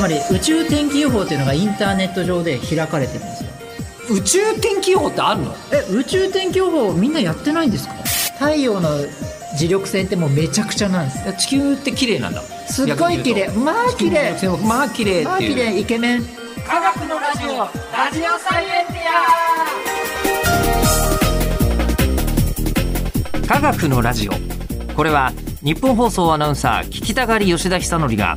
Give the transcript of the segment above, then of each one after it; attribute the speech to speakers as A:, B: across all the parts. A: まり宇宙天気予報っていうのがインターネット上で開かれてるんですよ
B: 宇宙天気予報ってあるの
A: え宇宙天気予報みんなやってないんですか太陽の磁力線ってもうめちゃくちゃなんです
B: 地球って綺麗なんだ
A: すっごい綺麗まあ綺麗
B: まあ綺麗
A: ま
B: っ
A: あ
B: て
A: 綺
B: いう
A: 麗イケメン
B: 科学のラジオラジオサイエンティア科学のラジオこれは日本放送アナウンサー聞きたがり吉田久典が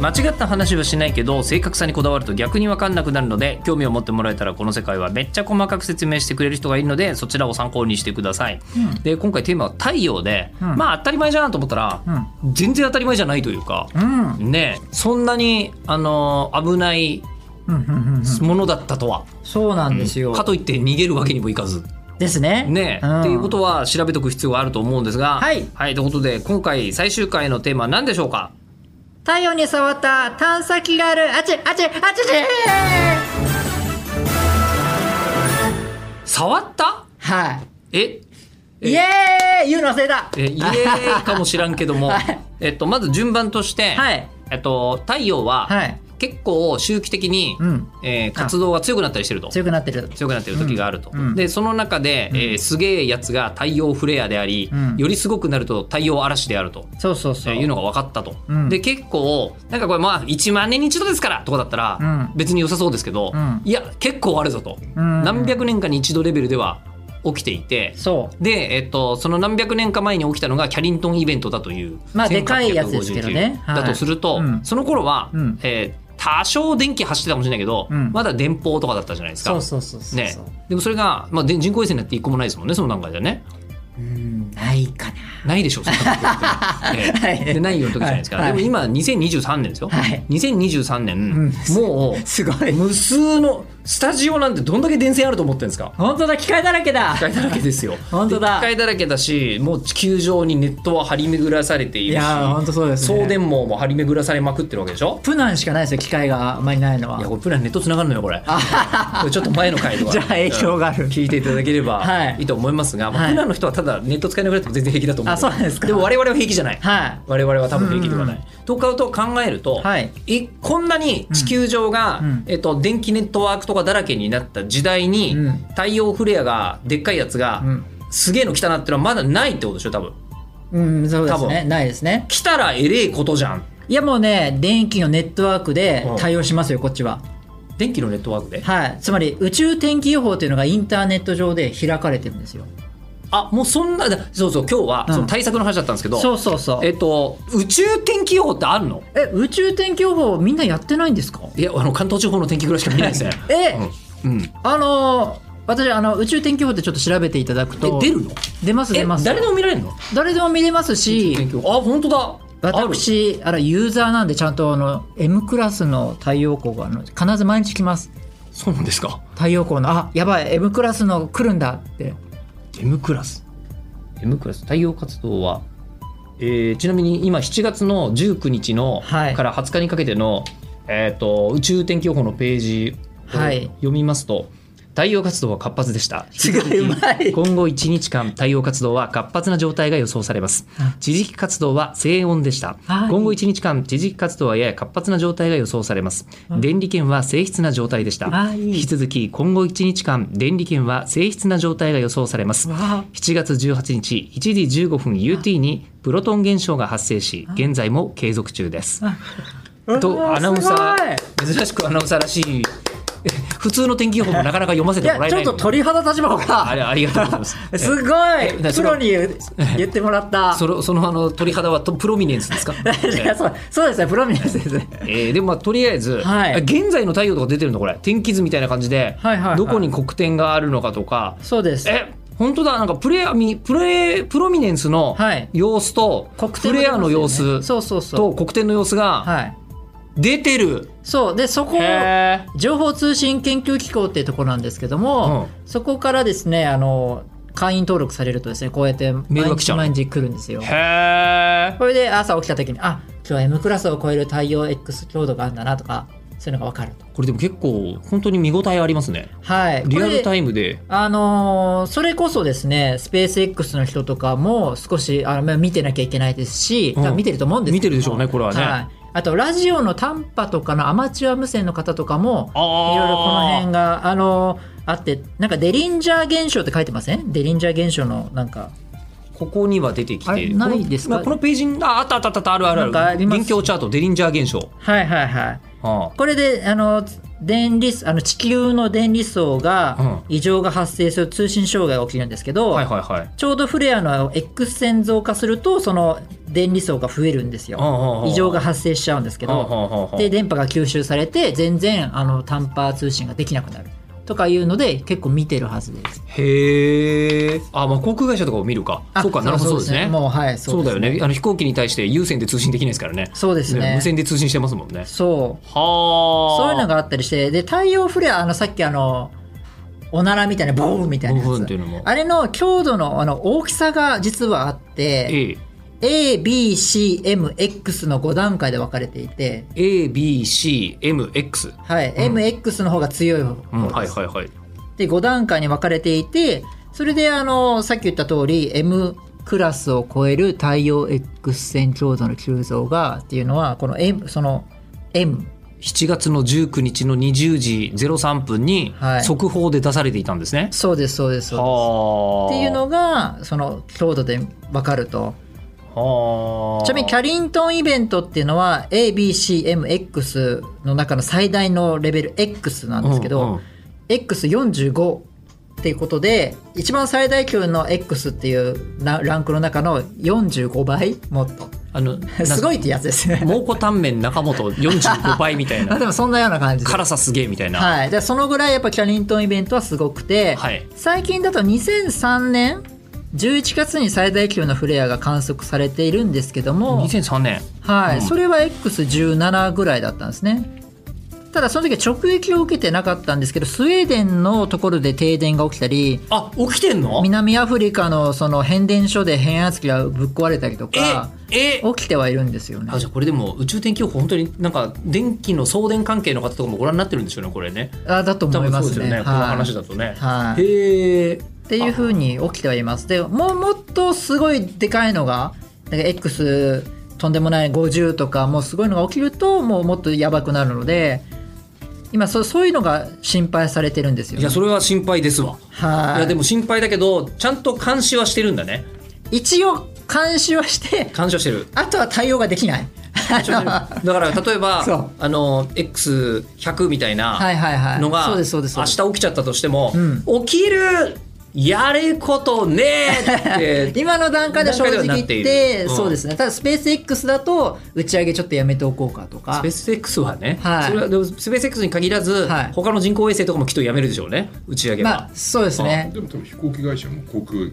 B: 間違った話はしないけど正確さにこだわると逆に分かんなくなるので興味を持ってもらえたらこの世界はめっちゃ細かく説明してくれる人がいるのでそちらを参考にしてください、
A: うん
B: で今回テーマは太陽で、
A: うん
B: まあ当たり前じゃんと思ったら、全然当たり前じゃないというか、
A: うん
B: ねえそんなにあの危ない
A: うんうんうんうん
B: ものだったとは、
A: そうなんですよ、
B: かといって逃げるわけにもいかず
A: ですね
B: ねえ、
A: ん
B: っていうことは調べておく必要があると思うんですが
A: はい
B: ということで今回最終回のテーマは何でしょうか
A: 太陽に触った探査機があるあちあちあちち
B: 触った
A: は
B: え
A: いイエーイ言うの忘れた
B: えイエーイかもしらんけども、
A: はい
B: えっと、まず順番として、
A: はい
B: えっと、太陽は、
A: はい
B: 結構周期的に、
A: うん
B: えー活動が強くなったりしてると。
A: 強くなってる
B: 強くなってる時があると、
A: うんうん
B: でその中で、えーすげえやつが太陽フレアであり、
A: うん
B: よりすごくなると太陽嵐であると、
A: そうそうそう
B: えーいうのが分かったと、
A: うん
B: で結構なんかこれまあ1万年に一度ですからとかだったら、
A: うん
B: 別に良さそうですけど、
A: うん
B: いや結構あるぞと、
A: うん
B: 何百年かに一度レベルでは起きていて、
A: そ
B: で、えっと、その何百年か前に起きたのがキャリントンイベントだという、
A: まあ
B: 1859
A: でかいやつですけどねはい
B: だとすると、
A: うん
B: その頃は、
A: うん
B: えー多少電気走ってたかもしれないけど、
A: うん
B: まだ電報とかだったじゃないです
A: う
B: か。
A: そうそうそうそう
B: ね、でもそれが、まあ、で人工衛星になって一個もないですもんねその段階ではね
A: うんないか
B: ないでしょうそんなこと って、
A: な
B: ええでないような時じゃないですか、
A: はい
B: でも今2023年ですよ、
A: はい
B: 2023年、もう
A: すごい
B: 無数のスタジオなんてどんだけ電線あると思ってるんですか
A: 本当だ機械だらけだ
B: 機械だらけですよ
A: 本当だ
B: で機械だらけだしもう地球上にネットは張り巡らされて
A: い
B: いるし
A: やー本当そうですね
B: 送電網も張り巡らされまくってるわけでしょ
A: プナンしかないですよ機械があんまりないの
B: いや
A: は
B: これプランネットつながるのよこれこれちょっと前の回と か
A: じゃあ影響がある
B: うん聞いていただければ
A: はい
B: いいと思いますが、まあ
A: はい
B: プランの人はただネット使えなくなっても全然平気だと思う
A: あそうなんですか
B: でも我々は平気じゃない
A: は
B: 我々は多分平気ではない、と買うと考えると、
A: はい
B: いこんなに地球上が、
A: うんうん
B: えっと、電気ネットワークとかだらけになった時代に、
A: うん
B: 太陽フレアがでっかいやつが、
A: うん
B: すげえの来たなってのはまだないってことでしょ多分
A: いうんそうです
B: 多
A: ねないですね
B: 来たらえれえことじゃん
A: いやもうね電気のネットワークで対応しますよこっちは
B: 電気のネットワークで
A: はいつまり宇宙天気予報っていうのがインターネット上で開かれてるんですよ
B: あもうそんなだそうそう今日は
A: うん
B: その対策の話だったんですけど、
A: そうそうそう
B: えっと宇宙天気予報ってあるの
A: え宇宙天気予報みんなやってないんですか
B: いやあの関東地方の天気ぐらいしか見ないですね
A: え、
B: うん、うん、
A: あのー私あの宇宙天気予報ってちょっと調べていただくと
B: え出るの
A: 出ます出
B: え
A: ます
B: 誰でも見られるの
A: 誰でも見れますし
B: 天気予報あ本当だある
A: 私あらユーザーなんでちゃんとあの M クラスの太陽光があの必ず毎日来ます
B: そうなんですか
A: 太陽光のあやばい M クラスの来るんだって
B: M クラス M クラス太陽活動は、えーちなみに今7月の19日の、
A: はい
B: から20日にかけての、えー、と宇宙天気予報のページを
A: はい
B: 読みますと、太陽活動は活発でした
A: 違ううまい
B: 今後1日間太陽活動は活発な状態が予想されます
A: あ
B: 地磁気活動は静温でした
A: はい
B: 今後1日間地磁気活動はやや活発な状態が予想されます電離圏は静筆な状態でした
A: あいい
B: 引き続き今後1日間電離圏は静筆な状態が予想されます
A: わあ
B: 7月18日1時15分 UT にプロトン現象が発生し現在も継続中ですとアナウンサー珍しくアナウンサ ーらしいえ普通の天気予報もなかなか読ませ
A: い
B: ても
A: や
B: らえ
A: ち
B: な
A: ょっ
B: い
A: と
B: の
A: 鳥肌立ちま
B: あ
A: が
B: れありがとうございます
A: すごい
B: え
A: プロに言う言ってもらった
B: そのそのあの鳥肌はとプロミネンス ですか
A: いやそうそうですねプロミネンスですね
B: えー、でもまあとりあえず、
A: はい
B: 現在の太陽とか出てるのこれ天気図みたいな感じで、
A: はいはいはい
B: どこに黒点があるのかとか
A: そうです
B: え本当だなんかプレアミプレプロミネンスの
A: はい
B: 様子と、
A: 黒
B: プ
A: 点も出
B: レ
A: て
B: ア
A: ますよね
B: の様子
A: そうそうそう
B: と黒点の様子が
A: はい
B: 出てる、
A: そうでそこを
B: へー
A: 情報通信研究機構っていうところなんですけども、そこからですねあの会員登録されるとですねこうやって
B: メール
A: 毎
B: が来ちゃ
A: 日
B: う
A: 毎日来るんですよ
B: へえ
A: これで朝起きた時にあ今日は M クラスを超える太陽 X 強度があるんだなとかそういうのが分かると
B: これでも結構本当に見応えありますね
A: はい
B: リアル
A: これ
B: タ
A: で
B: イムで
A: あのーそれこそですねスペース X の人とかも少しあのまあ見てなきゃいけないですし、
B: うん
A: 多分見てると思うんです
B: 見て
A: けど
B: るでしょうねこれはね、
A: はい、あとラジオの短波とかのアマチュア無線の方とかも
B: あー
A: いろいろこの辺があのあってなんかデリンジャー現象って書いてませんデリンジャー現象のなんか
B: ここには出てき
A: あ
B: て
A: れないですか
B: このこのページにああったあったあったあるある
A: なんか
B: あ
A: あ
B: る
A: ります
B: 臨境チャートデリンジャー現象
A: はいはいはい
B: あ
A: これであの電離あの地球の電離層が
B: う
A: 異常が発生する通信障害が起きるんですけど、
B: あはいはいはい
A: ちょうどフレアの X 線増加するとその電離層が増えるんですよ異常が発生しちゃうんですけど
B: ど
A: で電波が吸収されて全然あの短波通信ができなくなるとかいうので結構見てるはずです。
B: へえあまあ航空会社とかを見るか
A: あ
B: そうかなるほどそうですね
A: もうはい
B: そうだよ
A: ね。
B: ねあの飛行機に対して有線で通信できないですからね
A: そうです
B: ね
A: ね
B: 無。線で通信してますもんね
A: そう。
B: はあ
A: そういうのがあったりしてで太陽フレアあのさっきあのおならみたいなボーンみたいな
B: ボーン
A: や
B: っていうのも
A: つあれの強度のあの大きさが実はあって
B: え
A: ABCMX の5段階で分かれていて、
B: ABCMX
A: はい、MX の方が強い方です、
B: うんはいはいはい
A: で5段階に分かれていてそれであのさっき言った通り M クラスを超える太陽 X 線強度の急増がっていうのはこの M その M
B: 7月の19日の20時03分に
A: はい
B: 速報で出されていたんですね、
A: そうですそうですそうです
B: はあ
A: っていうのがその強度で分かると
B: はあ
A: ちなみにキャリントンイベントっていうのは ABCMX の中の最大のレベル X なんですけど、
B: うんうん
A: X45 っていうことで一番最大級の X っていうなランクの中の45倍もっと
B: あの
A: すご
B: い
A: いってやつですね
B: 蒙古タンメン中本45倍みたい
A: まあ
B: な
A: でもそんなような感じです
B: 辛さすげえみたいな、
A: はい、でそのぐらいやっぱキャリントンイベントはすごくて、
B: はい
A: 最近だと2003年11月に最大級のフレアが観測されているんですけども、
B: 2003年
A: はい
B: うん
A: それは X17 ぐらいだったんですねただその時は直撃を受けてなかったんですけどスウェーデンのところで停電が起きたり
B: あ起きてんの
A: 南アフリカのその変電所で変圧器がぶっ壊れたりとか
B: ええ
A: 起きてはいるんですよね
B: あじゃあこれでも宇宙天気予報本当になんか電気の送電関係の方とかもご覧になってるんでしょうねこれね
A: あだと
B: 多
A: 思い
B: 分
A: ま
B: そうですすよ
A: ね
B: ねこの話
A: はい
B: だとね、
A: はい
B: へえ
A: っていうふうに起きてはいますでもうもっとすごいでかいのがなんか X とんでもない50とかもうすごいのが起きるともうもっとやばくなるので今そうそういうのが心配されてるんですよ、
B: いやそれは心配ですわ
A: はい
B: いやでも心配だけどちゃんと監視はしてるんだね
A: 一応監視はして
B: 監視はし てる
A: あとは対応ができないあのは
B: だから例えば
A: そう
B: あの X100 みたいない
A: はいはい
B: のが
A: そう
B: 明
A: ですそうですそうです
B: 日起きちゃったとしても
A: ん
B: 「起きるやれことねえ」って
A: 今の段階では正直言っ
B: 段階ではなってい
A: て
B: るうん
A: そうですねただスペース X だと打ち上げちょっとやめておこうかとか
B: スペース X はね、
A: はい
B: それはでもスペース X に限らず、
A: はい
B: 他の人工衛星とかもきっとやめるでしょうね打ち上げは、
A: まあそうですね
C: でも多分飛行機会社も航空あ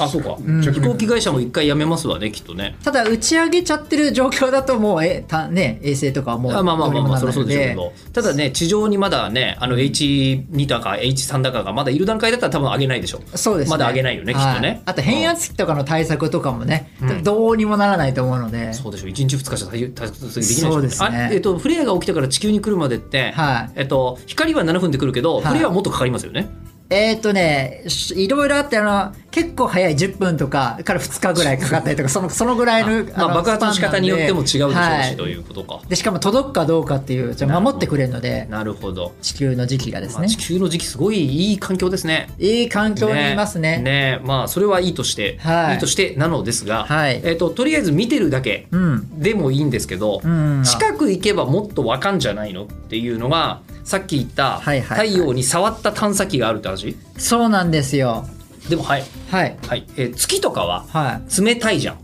C: の
B: あそうか
C: ん
B: 飛行機会社も一回やめますわねきっとね
A: ただ打ち上げちゃってる状況だともうえたね衛星とかはもう
B: あまあまあまあまあそ
A: ど
B: り
A: う
B: ゃ
A: にも
B: そうでしょうけどただね地上にまだねあの H2 だか H3 だかがまだいる段階だったら多分上げないでしょ
A: そうですね
B: まだ上げないよねきっと
A: は
B: ね
A: いあと変圧器とかの対策とかもね、どうにもならないと思うので
B: そうでしょ1日2日じゃ対対策できないしょ
A: そうですね
B: あえっとフレアが起きてから地球に来るまでって、
A: はい
B: えっと光は7分で来るけど、
A: はい
B: フレアはもっとかかりますよね
A: えっ、とねしいろいろあってあの結構早い10分とかから2日ぐらいかかったりとかそのそのぐらいの
B: まあ、
A: の
B: 爆発の仕
A: スパン
B: 方
A: なんで
B: によっても違うでしょうし、
A: はい
B: ということか
A: でしかも届くかどうかっていうじゃあ守ってくれるので
B: なるほど、
A: 地球の時期がです
B: まあ、
A: ね、
B: 地球の時期すごいいい環境ですね
A: いい環境にいますね
B: ねまあそれはいいとして、
A: はい
B: いとしてなのですが、
A: はい
B: えっととりあえず見てるだけ
A: うん
B: でもいいんですけど、
A: うん
B: 近く行けばもっとわかんじゃないのっていうのがさっき言っ
A: は
B: た
A: いはいは
B: 太
A: い
B: 陽に触った探査機があるって話
A: そうなんですよ
B: でもはい、
A: はい
B: はいえー月とかは
A: はい
B: 冷たいじゃん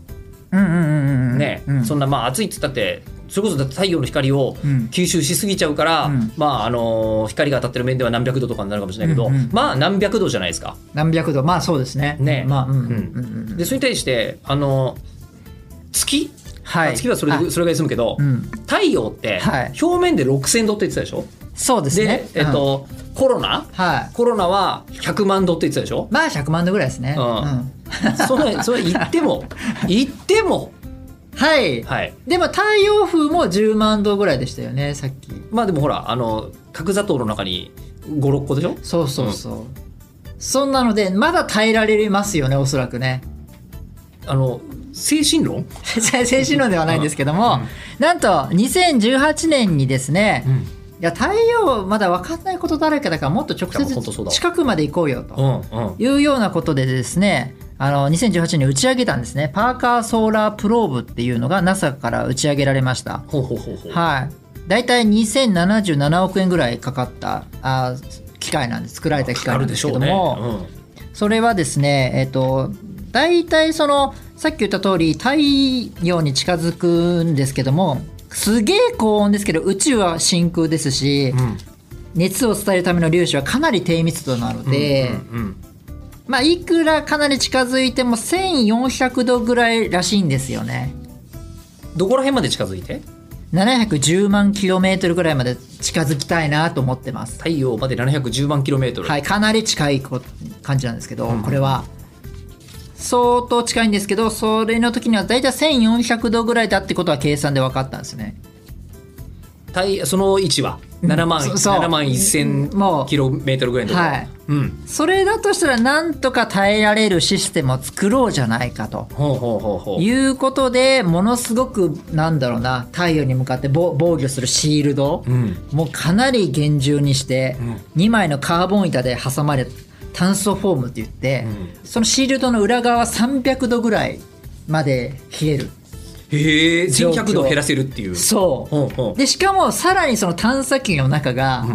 A: うんうんうんうん
B: ね、
A: うん
B: そんなまあ暑いって言ったってそれこそだって太陽の光を
A: うん
B: 吸収しすぎちゃうから、
A: うん
B: まああのー光が当たってる面では何百度とかになるかもしれないけど、
A: うんうん
B: まあ何百度じゃないですか。
A: 何百度まあそうですね
B: ね
A: まあうんうん
B: うん
A: うんうん
B: でそれに対してあのー月、
A: は
B: あ
A: い
B: 月はそれ
A: あ
B: でそれぐらい済むけど、
A: うん
B: 太陽って
A: はい
B: 表面で6,000度って言ってたでしょ、
A: そうですね
B: で、えっと、コロナ
A: はい
B: コロナは100万度って言ってたでしょ
A: まあ100万度ぐらいですね、
B: う
A: うんん
B: それそれ言っ ても言っても
A: はい、
B: はい
A: でも太陽風も10万度ぐらいでしたよねさっき
B: まあでもほらあの角砂糖の中に56個でしょ
A: そうそうそう、そんなのでまだ耐えられますよねおそらくね
B: あの精神論、
A: 精神論ではないんですけども、
B: うんうん
A: なんと2018年にですね、いや太陽まだ分かんないことだらけだからもっと直
B: いや本当そうだ
A: 接近くまで行こうよと
B: うんうん
A: いうようなことでですねあの2018年に打ち上げたんですねパーカーソーラープローブっていうのが NASA から打ち上げられました
B: ほうほうほうほう
A: はい大体2077億円ぐらいかかったあー機械なんです作られた機械な
B: ある
A: んで
B: ですし
A: け
B: ょう
A: ど
B: ね、
A: も、
B: う
A: それはですねえっ、と大体そのさっき言った通り太陽に近づくんですけどもすげえ高温ですけど宇宙は真空ですし、
B: んうん
A: 熱を伝えるための粒子はかなり低密度なので、
B: うんうん
A: まあいくらかなり近づいても1400度ぐらいらしいんですよね
B: どこら辺まで近づいて
A: 710万キロメートルぐらいまで近づきたいなと思ってます
B: 太陽まで710万キロメートル
A: はいかなり近いこ感じなんですけど、これは相当近いんですけどそれの時には大体1400度ぐらいだってことは計算で分かったんですね
B: 太その位置は7万
A: そそう
B: 7万
A: も
B: 1000
A: う
B: キロメートルぐらいのところ
A: はい
B: うん
A: それだとしたらなんとか耐えられるシステムを作ろうじゃないかと
B: ほうほうほうほう
A: いうことでものすごくなんだろうな太陽に向かって防防御するシールド、
B: うん
A: もうかなり厳重にして、2枚のカーボン板で挟まれた炭素フォームって言って、そのシールドの裏側300度ぐらいまで冷える
B: へえ
A: 状況
B: 1100度減らせるっていう
A: そう、
B: ほうほう
A: でしかもさらにその探査機の中が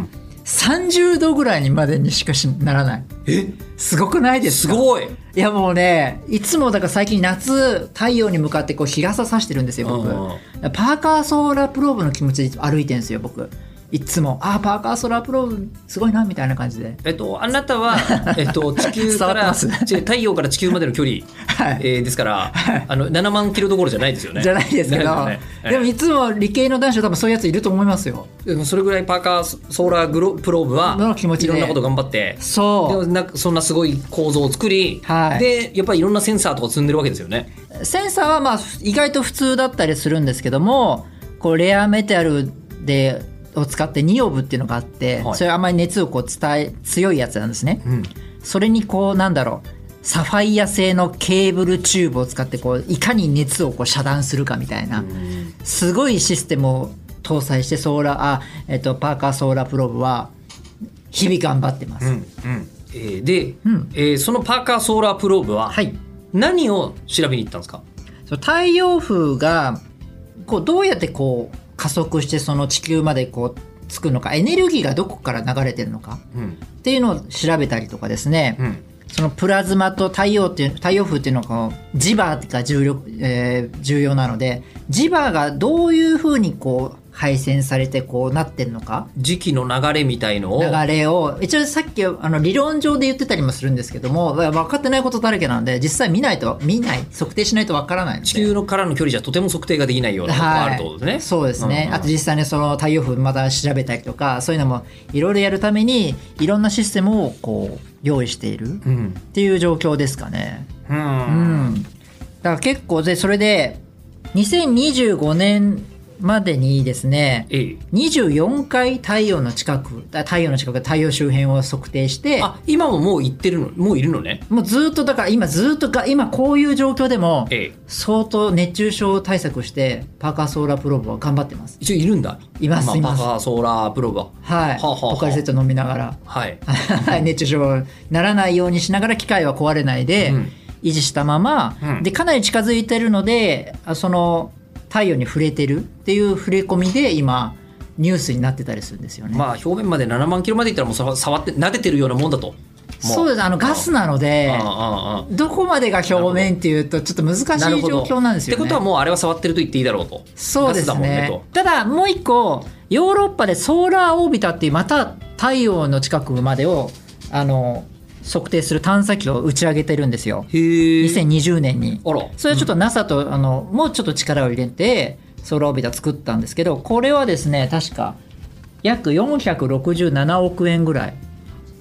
A: 30度ぐらいにまでにしかしならない
B: え
A: すごくないです
B: す
A: か
B: ごい
A: いやもうねいつもだから最近夏太陽に向かってこう日傘さしてるんですよ僕
B: うん
A: パーカーソーラープローブの気持ちで歩いてるんですよ僕いつもああパーカーソーラープローブすごいなみたいな感じで
B: えっと、あな たは、えっと、地球か
A: 伝わって
B: ら
A: ます
B: ち太陽から地球までの距離、
A: はい
B: えーですから、あの7万キロどころじゃないですよね。
A: じゃないですけど、
B: ないですよね
A: でもいつも理系の男子は多分そういうやついると思いますよ
B: でもそれぐらいパーカーソーラーグロプローブは
A: の気持ち
B: い
A: で
B: ろんなこと頑張ってでも
A: そ
B: なんかそんなすごい構造を作り、
A: はい
B: でやっぱりいろんなセンサーとか積んでるわけですよね。
A: うセンサーはまあ意外と普通だったりするんですけどもこうレアメタルでを使ってニオブっていうのがあって、
B: はい
A: それあんまり熱をこう伝え強いやつなんですね
B: うん、
A: それにこうなんだろうサファイア製のケーブルチューブを使ってこういかに熱をこう遮断するかみたいな、すごいシステムを搭載してソーラーあ、えっと、パーカーソーラープローブは日々頑張ってます、
B: えーで、
A: ん
B: えーそのパーカーソーラープローブは
A: はい
B: 何を調べに行ったんですか、
A: そう太陽風がこうどうやってこう加速してその地球までこうつくのかエネルギーがどこから流れてるのか
B: うん
A: っていうのを調べたりとかですね、
B: うん
A: そのプラズマと太陽っていう太陽風っていうのはこう磁場が重力、えー重要なので磁場がどういうふうにこう配線されてこうなってるのか
B: 時期の流れみたいのを
A: 流れを一応さっきあの理論上で言ってたりもするんですけども分かってないことだらけなので実際見ないと見ない測定しないと分からないので
B: 地球のからの距離じゃとても測定ができないようなことがあるってことですね。
A: そうですね、
B: うんうん
A: あと実際にその太陽風また調べたりとかそういうのもいろいろやるためにいろんなシステムをこう用意しているっ
B: うん
A: ていう状況ですかね。
B: う
A: うんん、だから結構でそれで2025年までにですね
B: ええ
A: 24回太陽の近くあ太陽の近く太陽周辺を測定して
B: あ今ももう行ってるのもういるのね。
A: もうずっとだから今ずっとが今こういう状況でも
B: ええ
A: 相当熱中症対策してパーカーソーラープローブは頑張ってます。
B: 一応いるんだ。
A: いますいます
B: パーカーソーラープローブは。
A: はい、
B: はあはあはあ
A: ポカリセット飲みながら
B: はい。
A: はい 熱中症にならないようにしながら機械は壊れないで、
B: うん
A: 維持したまま、
B: うん
A: でかなり近づいてるのであその太陽に触れてるっていう触れ込みで今ニュースになってたりするんですよね。
B: まあ表面まで7万キロまでいったらもうさ触って撫でてるようなもんだと。も
A: そうですあのガスなので
B: ああああ
A: どこまなのでどこまでが表面っていうとちょっと難しい
B: なるほ
A: 状
B: ど
A: 況なんですよね。
B: ってことはもうあれは触ってると言っていいだろうと。
A: そうです
B: ガスだもんね
A: ね
B: と。
A: ただもう一個ヨーロッパでソーラーオービタっていうまた太陽の近くまでをあの測定する探査機を打ち上げてるんですよ
B: へえ。
A: 2020年に
B: あら。
A: それはちょっと NASA と、あのもうちょっと力を入れてソーラーオービタ作ったんですけどこれはですね確か約467億円ぐらい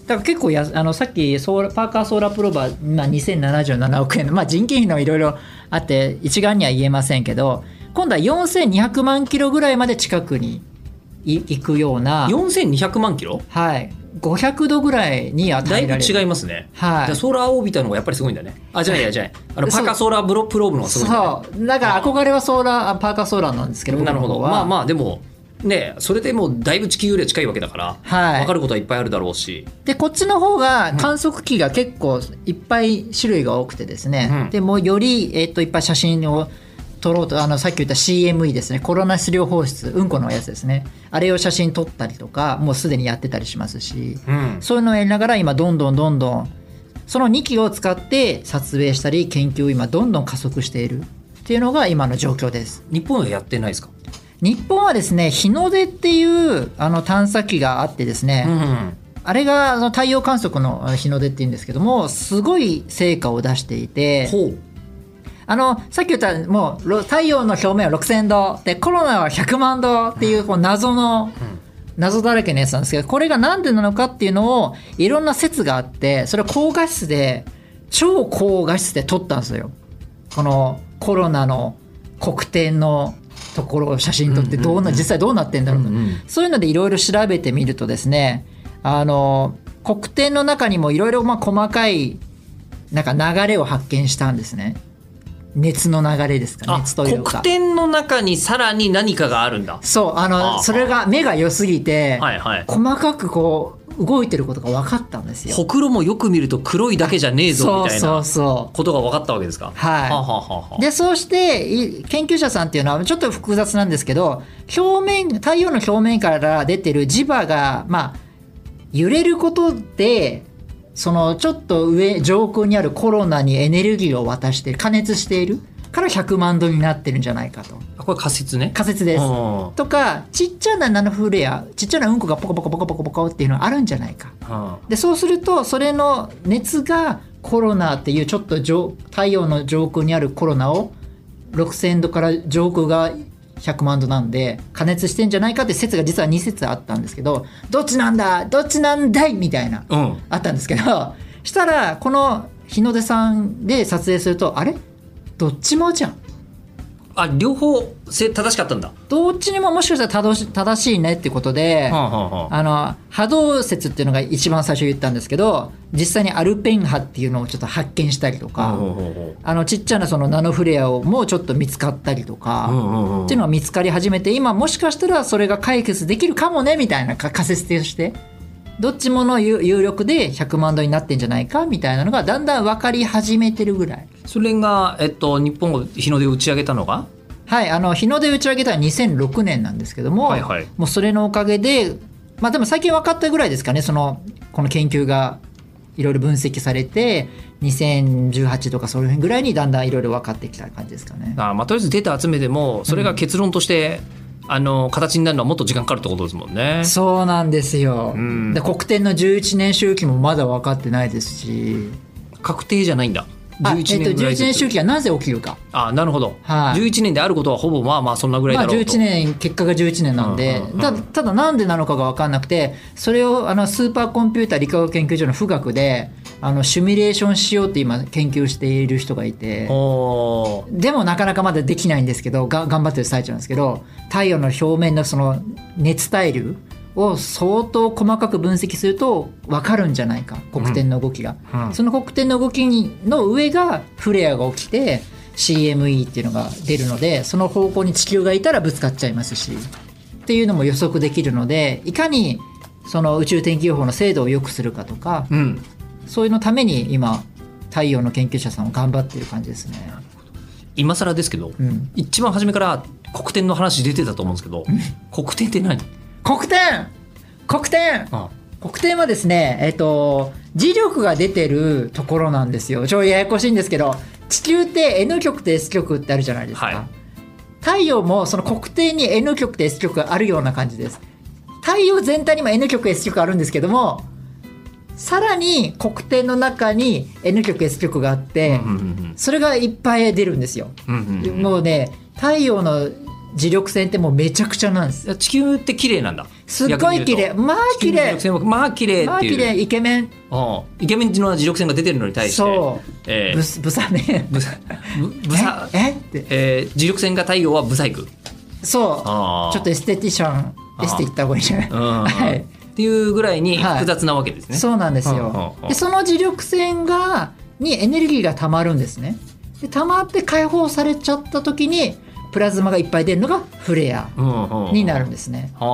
A: だから結構やあのさっきソーラパーカーソーラープロバー、まあ、2077億円、まあ、人件費のいろいろあって一概には言えませんけど今度は4200万キロぐらいまで近くにい行くような、
B: 4200万キロ
A: はい、500度ぐらいに与
B: だい
A: え
B: ぶ
A: られる
B: 違いますね、
A: はい
B: じゃあソーラーオービターの方がやっぱりすごいんだねあじゃないやじゃないあのパ
A: そう
B: ーカーソーラーブロプローブの方がすごいんだね
A: そうだから憧れはソーラーあパーカーソーラーなんですけど
B: なるほど
A: 僕の方
B: ま
A: は
B: あまあでもねそれでもうだいぶ地球よりは近いわけだから、
A: はい
B: 分かることはいっぱいあるだろうし
A: でこっちの方が観測機が結構いっぱい種類が多くてですね、
B: うん
A: でもうより、えっといっぱい写真を撮ろうとあのさっき言った CME ですねコロナ質量放出うんこのやつですねあれを写真撮ったりとかもうすでにやってたりしますし
B: うん
A: そういうのをやりながら今どんどんどんどんその2機を使って撮影したり研究を今どんどん加速しているっていうのが今の状況です。
B: 日本はやってないですか、
A: 日本はですね日の出っていうあの探査機があってですね、
B: うん
A: あれがあの太陽観測のあの日の出っていうんですけどもすごい成果を出していて
B: ほう
A: あのさっき言ったもうろ太陽の表面は6000度でコロナは100万度っていうこう謎の、謎だらけのやつなんですけどこれが何でなのかっていうのをいろんな説があってそれは高画質で超高画質で撮ったんですよこのコロナの黒点のところを写真撮ってどうな、
B: うんうんうん
A: 実際どうなってんだろうと、そういうのでいろいろ調べてみるとですねあの黒点の中にもいろいろまあ細かいなんか流れを発見したんですね熱の流れですか
B: あ
A: 熱というか
B: 黒点の中にさらに何かがあるんだ
A: そうあ
B: あ
A: の
B: あ
A: それが目が良すぎて、
B: はいはい
A: 細かくこう動いてることが分かったんですよ
B: ほくろもよく見ると黒いだけじゃねえぞ
A: そう
B: みたい
A: そ
B: な
A: うそ
B: ことが分かったわけですか
A: うはい、
B: はあはあはあはあ
A: でそうしてい研究者さんっていうのはちょっと複雑なんですけど表面太陽の表面から出てる磁場がまあ揺れることでそのちょっと上上空にあるコロナにエネルギーを渡して加熱しているから100万度になってるんじゃないかと
B: あこれ仮説ね
A: 仮説です。
B: うんうん
A: とかちっちゃなナノフレアちっちゃなうんこがポコポコポコポコポコっていうのはあるんじゃないかでそうするとそれの熱がコロナっていうちょっと上太陽の上空にあるコロナを6,000度から上空が100万度なんで加熱してんじゃないかって説が実は2説あったんですけどどっちなんだどっちなんだいみたいな
B: うん
A: あったんですけどしたらこの日の出さんで撮影するとあれどっちもじゃん
B: あ両方せ正しかったんだ、
A: どっちにももしかしたら正し正しいねってことで、
B: はあはあはあ
A: あの波動説っていうのが一番最初言ったんですけど実際にアルペン波っていうのをちょっと発見したりとか、
B: うんうんうん
A: あのちっちゃなそのナノフレアをもうちょっと見つかったりとか、
B: うんうんうん
A: っていうのが見つかり始めて今もしかしたらそれが解決できるかもねみたいなか仮説としてどっちもの有有力で100万度になってんじゃないかみたいなのがだんだん分かり始めてるぐらい。
B: それが、えっと、日本が日の出を打ち上げたのが
A: はい、あの日の出打ち上げたのは2006年なんですけども、
B: はいはい
A: もうそれのおかげで、まあ、でも最近分かったぐらいですかねそのこの研究がいろいろ分析されて2018とかその辺ぐらいにだんだんいろいろ分かってきた感じですかね。
B: あー、まあ、とりあえずデータ集めてもそれが結論として、あの形になるのはもっと時間かかるってことですもんね。
A: そうなんですよ、
B: うん
A: で黒点の11年周期もまだ分かってないですし
B: 確定じゃないんだ
A: あ
B: 11
A: えっ
B: 年
A: と、
B: ぐらい
A: 11
B: ず
A: 年
B: つ
A: 周期がなぜ起きるか、
B: あなるほど、
A: はい
B: 11年であることはほぼまあまあそんなぐらい
A: ま
B: だ
A: あ、
B: ろうと、
A: 11年結果が11年なんで、
B: うんうんうん
A: たただなんでなのかが分かんなくてそれをあのスーパーコンピューター理化学研究所の富岳であのシミュレーションしようって今研究している人がいて
B: おー
A: でもなかなかまだできないんですけどが頑張ってる最中なんですけど太陽の表面のその熱対流を相当細かく分析すると分かるんじゃないか黒点の動きが、
B: うん
A: その黒点の動きにの上がフレアが起きて CME っていうのが出るのでその方向に地球がいたらぶつかっちゃいますしっていうのも予測できるのでいかにその宇宙天気予報の精度を良くするかとか
B: うん、
A: そういうのために今太陽の研究者さんを頑張ってる感じですね。
B: 今更ですけど、
A: うん
B: 一番初めから黒点の話出てたと思うんですけど、黒点って何、
A: 黒点黒点
B: あ
A: 黒点はですねえっ、と磁力が出てるところなんですよちょっとややこしいんですけど地球って N 極と S 極ってあるじゃないですか、
B: はい
A: 太陽もその黒点に N 極と S 極があるような感じです太陽全体にも N 極 S 極あるんですけどもさらに黒点の中に N 極 S 極があって、
B: うんうん
A: それがいっぱい出るんですよ
B: うんうんうんうん
A: もうね太陽の磁力線ってもうめちゃくちゃなんです
B: いや地球って綺麗なんだ
A: すっごい綺麗
B: 逆に言うと
A: まあ綺
B: 地球の磁力
A: 麗
B: 線はまあ綺麗
A: ま
B: っ
A: あ
B: てい
A: 綺
B: う、
A: 麗イケメン
B: うんイケメンの磁力線が出てるのに対して
A: そう
B: え
A: ぶ
B: ー
A: すぶさね
B: ぶさぶぶさ
A: ええって
B: えー磁力線が太陽はブサイク
A: そう
B: あー
A: ちょっとエステティシャン
B: あー
A: エステ行った方がいいんじゃない、
B: うん
A: はい
B: っていうぐらいに複雑なわけですね、
A: そうなんです
B: はあは
A: よ
B: あはあ
A: でその磁力線がにエネルギーが溜まるんですねで溜まって解放されちゃった時にプラズマがいっぱい出るのがフレア
B: うんうん
A: になるんですね
B: はあ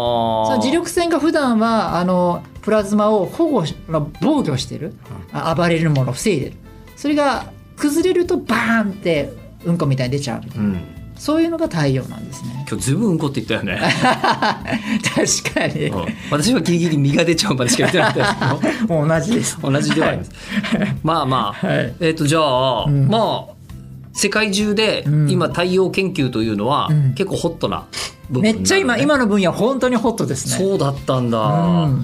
A: その磁力線が普段はあのプラズマを保護しまあ防御してるあ暴れるものを防いでるそれが崩れるとバーンってうんこみたいに出ちゃう
B: うん
A: そういうのが太陽なんです ね
B: 今日ずいぶんうんこって言ったよね、
A: 確かに
B: うん 私はギリギリ身が出ちゃうまでしか言ってなかったですけど
A: も う同じです
B: 同じではあります。まあまあ、
A: はい
B: えっ、とじゃあ、
A: うん
B: まあ世界中で
A: うん
B: 今太陽研究というのは
A: うん
B: 結構ホットな部分
A: め
B: になるね、
A: っちゃ今今の分野本当にホットですね
B: そうだったんだ。
A: う
B: うん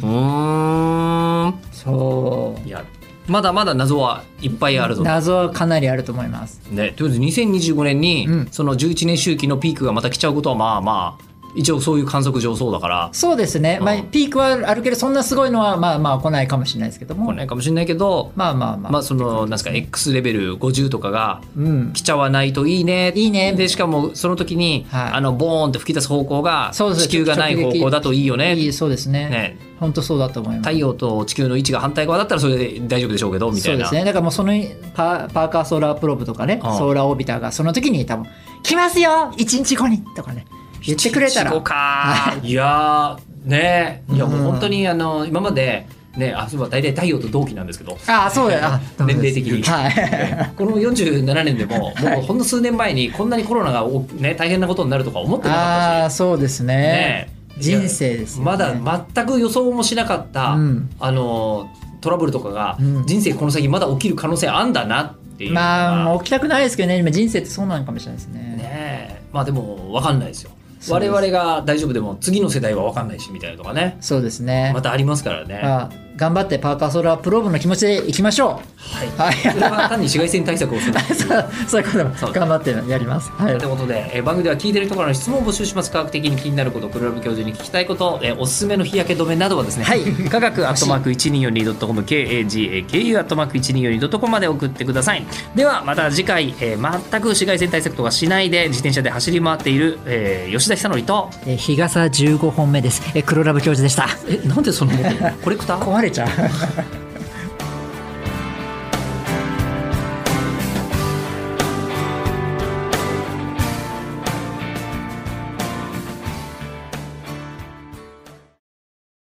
B: ーん。
A: そう
B: いやまだまだ謎はいっぱいあるぞ。ね。
A: 謎はかなりあると思います
B: ということで2025年に、
A: うん
B: その11年周期のピークがまた来ちゃうことはまあまあ一応そういう観測上そうだから。
A: そうですね、まあ
B: うん
A: ピークはあるけどそんなすごいのはまあまあ来ないかもしれないですけども
B: 来ないかもしれないけど、
A: まあまあまあ、
B: まあそのなんですか X レベル50とかが
A: うん
B: 来ちゃわないといいね
A: いいね
B: でしかもその時に、
A: はい
B: あのボーンって吹き出す方向が
A: そうです
B: 地球がない方向だといいよね
A: いいそうですね
B: ね
A: 本当そうだと思います
B: 太陽と地球の位置が反対側だったらそれで大丈夫でしょうけどみた
A: そう
B: い
A: で
B: な
A: すねだからもうそのパパーカーソーラープローブとかね
B: ああ
A: ソーラーオービターがその時に多分「来ますよ1日後に」とかね言ってくれたら
B: いちごかいやーねいやもう本当にあの今までねあそういえば大体太陽と同期なんですけど
A: ああそうだよあどうぞ
B: 年齢的に
A: はい
B: この47年でももうほんの数年前にこんなにコロナがお、ね、大変なことになるとか思ってなか
A: あ
B: ったし
A: あそうですね
B: ね
A: 人生ですよね
B: まだ全く予想もしなかった、
A: うん
B: あのトラブルとかが、
A: うん
B: 人生この先まだ起きる可能性あんだなっていうのが
A: まあもう起きたくないですけどね今人生ってそうなのかもしれないですね
B: ねえまあでも分かんないですよ
A: そう
B: 我
A: です
B: 々が大丈夫でも次の世代は分かんないしみたいなとかね
A: そうですね
B: またありますからね、
A: まあ頑張ってパーカーソーラープローブの気持ちでいきましょ
B: はい、
A: うはい
B: それは単に紫外線対策をする
A: そうそういうこと
B: そ
A: も
B: うです
A: 頑張ってやりますはい
B: ということで、えー番組では聞いてる人からの質問を募集します科学的に気になること黒ラブ教授に聞きたいこと、えーおすすめの日焼け止めなどはですね、
A: はい
B: 科学アットマーク 1242.com KAGAKU アットマーク 1242.com まで送ってくださいではまた次回、えー全く紫外線対策とかしないで自転車で走り回っている、えー吉田久典と
A: えー日傘15本目ですえー黒ラブ教授でした
B: えなんでその コレクター
A: 壊れちゃう